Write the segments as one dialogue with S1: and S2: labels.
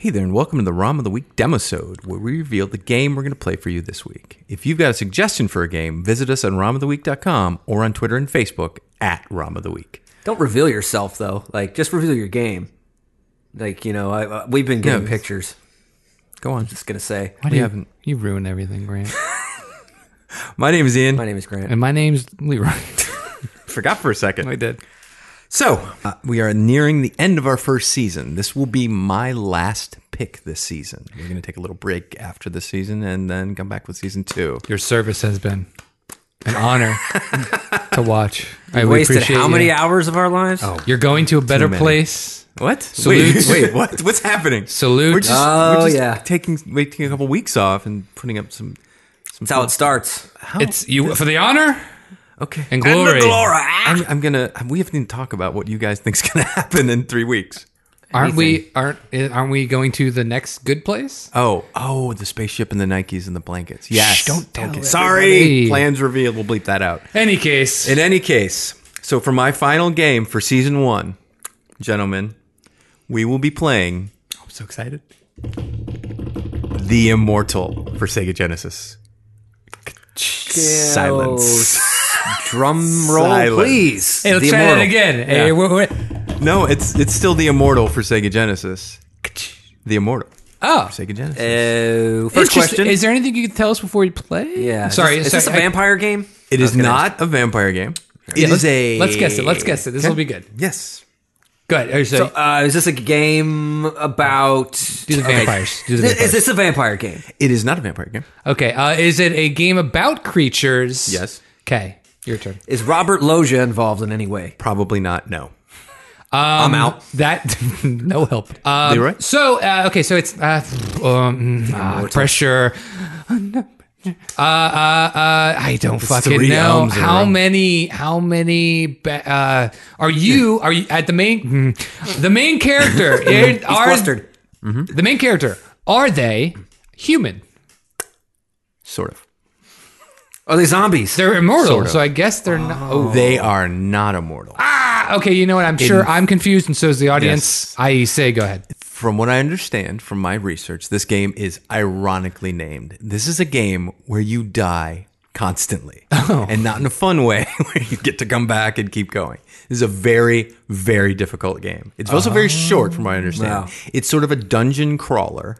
S1: Hey there, and welcome to the ROM of the Week Demosode, where we reveal the game we're going to play for you this week. If you've got a suggestion for a game, visit us on romoftheweek.com or on Twitter and Facebook at ROM of the Week.
S2: Don't reveal yourself though. Like just reveal your game. Like you know, I, I, we've been getting
S1: Yeah.
S2: pictures.
S1: Go on.
S2: Just gonna say,
S1: We
S3: do you,
S1: haven't-
S3: You ruined everything, Grant.
S1: My name is Ian.
S2: my name is Grant.
S3: and my name's Leroy.
S1: Forgot for a second.
S3: I did.
S1: So, uh, we are nearing the end of our first season. This will be my last pick this season. We're going to take a little break after this season and then come back with season two.
S3: Your service has been an honor to watch. I we
S2: Wasted
S3: appreciate
S2: how many
S3: you.
S2: hours of our lives? Oh,
S3: You're going to a better
S1: many.
S3: place.
S1: What?
S3: Salute.
S1: Wait, wait, what? What's happening?
S3: Salute.
S1: We're just,
S2: Oh,
S1: we're just
S2: yeah.
S1: taking, we're taking a couple weeks off and putting up some. some
S2: that's how it starts.
S3: It's you for the honor
S1: Okay.
S3: and glory. Ah!
S1: I'm, I'm gonna. We have to talk about what you guys think's gonna happen in three weeks.
S3: Aren't we? Aren't eh, aren't we going to the next good place?
S1: Oh, oh, the spaceship and the Nikes and the blankets. Yes.
S3: Shh, don't tell
S1: Okay. Sorry.
S3: everybody.
S1: Plans revealed. We'll bleep that out.
S3: Any case,
S1: In any case, so for my final game for season one, gentlemen, we will be playing. I'm so excited. The Immortal for Sega Genesis. Silence.
S2: Drum roll,
S1: Silence.
S2: please.
S3: hey, let's
S2: The
S3: try
S2: immortal.
S3: that again.
S1: Yeah.
S3: Hey, wait, wait.
S1: No, it's it's still the Immortal for Sega Genesis. The Immortal.
S3: Oh,
S1: for Sega Genesis.
S2: Uh, first
S3: Interesting.
S2: question.
S3: Is there anything you can tell us before you play?
S2: yeah. is
S3: Sorry.
S2: this- Is,
S3: sorry,
S2: this a
S3: I-
S2: vampire game?
S1: It is
S2: gonna
S1: not a vampire game. It
S3: yeah,
S1: is
S3: let's,
S1: a.
S3: Let's guess it. Let's guess it. This will be good.
S1: Yes.
S3: Good. Okay, so-
S2: So, uh, is this a game about?
S3: Do the
S2: Okay.
S3: vampires. Do the
S2: Is
S3: vampires.
S2: this a vampire game?
S1: It is not a vampire game.
S3: Okay. Uh, is it a game about creatures?
S1: Yes.
S3: Okay. Your turn.
S2: Is Robert Loggia involved in any way?
S1: Probably not. No.
S3: I'm
S1: out.
S3: That no help. Um,
S1: Leroy?
S3: So uh, okay. So it's uh, um, ah, pressure. Uh, uh, uh, I don't fucking
S1: three
S3: know
S1: elms in a
S3: how
S1: row.
S3: many. How many? Ba- uh, are you? Are you at the main? mm, The main character. He's are,
S2: Flustered.
S3: The main character. Are they human?
S1: Sort of.
S2: Are they zombies?
S3: They're immortal, so I guess they're not. Oh,
S1: They are not immortal.
S3: Okay, you know what? I'm sure I'm confused, and so is the audience.
S1: Ah. Yes.
S3: I say, go ahead.
S1: From what I understand from my research, this game is ironically named. This is a game where you die constantly and not in a fun way where you get to come back and keep going. This is a very, very difficult game. It's also very short from what I understand.
S2: Wow.
S1: It's sort of a dungeon crawler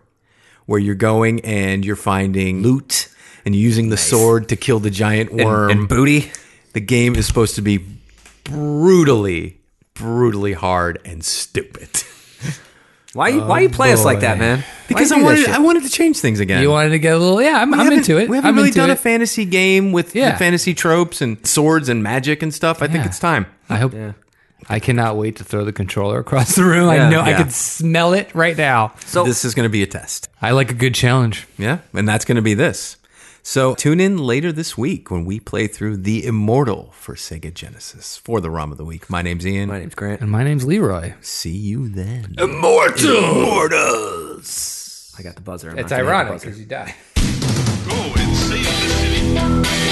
S1: where you're going and you're finding loot and you're using the sword to kill the giant worm
S2: and booty.
S1: the game is supposed to be brutally, brutally hard and stupid.
S2: Why you why you play us like that,
S3: boy.
S2: man?
S1: Because
S2: Oh,
S1: I
S2: Why you do that
S1: wanted,
S2: shit?
S1: I wanted to change things again.
S3: You wanted to get a little, yeah. I'm, I'm
S1: haven't-
S3: into it.
S1: We haven't
S3: I'm
S1: really
S3: into
S1: done
S3: it.
S1: a fantasy game with
S3: Yeah.
S1: the fantasy tropes and swords and magic and stuff. I think
S3: Yeah.
S1: it's time.
S3: I hope. I cannot wait to throw the controller across the room.
S2: Yeah.
S3: I know I
S1: Yeah.
S3: could smell it right now.
S2: So-
S1: this is going to be a test.
S3: I like a good challenge.
S1: Yeah, and that's going to be this. So tune in later this week when we play through The Immortal for Sega Genesis for the ROM of the Week. My name's Ian.
S2: My name's Grant.
S3: And my name's Leroy.
S1: See you
S3: Oh,
S1: then. Immortals!
S2: I got the buzzer. I'm
S3: It's
S2: not gonna hit the
S3: ironic
S2: buzzer.
S3: because you die.
S4: Go and save the city.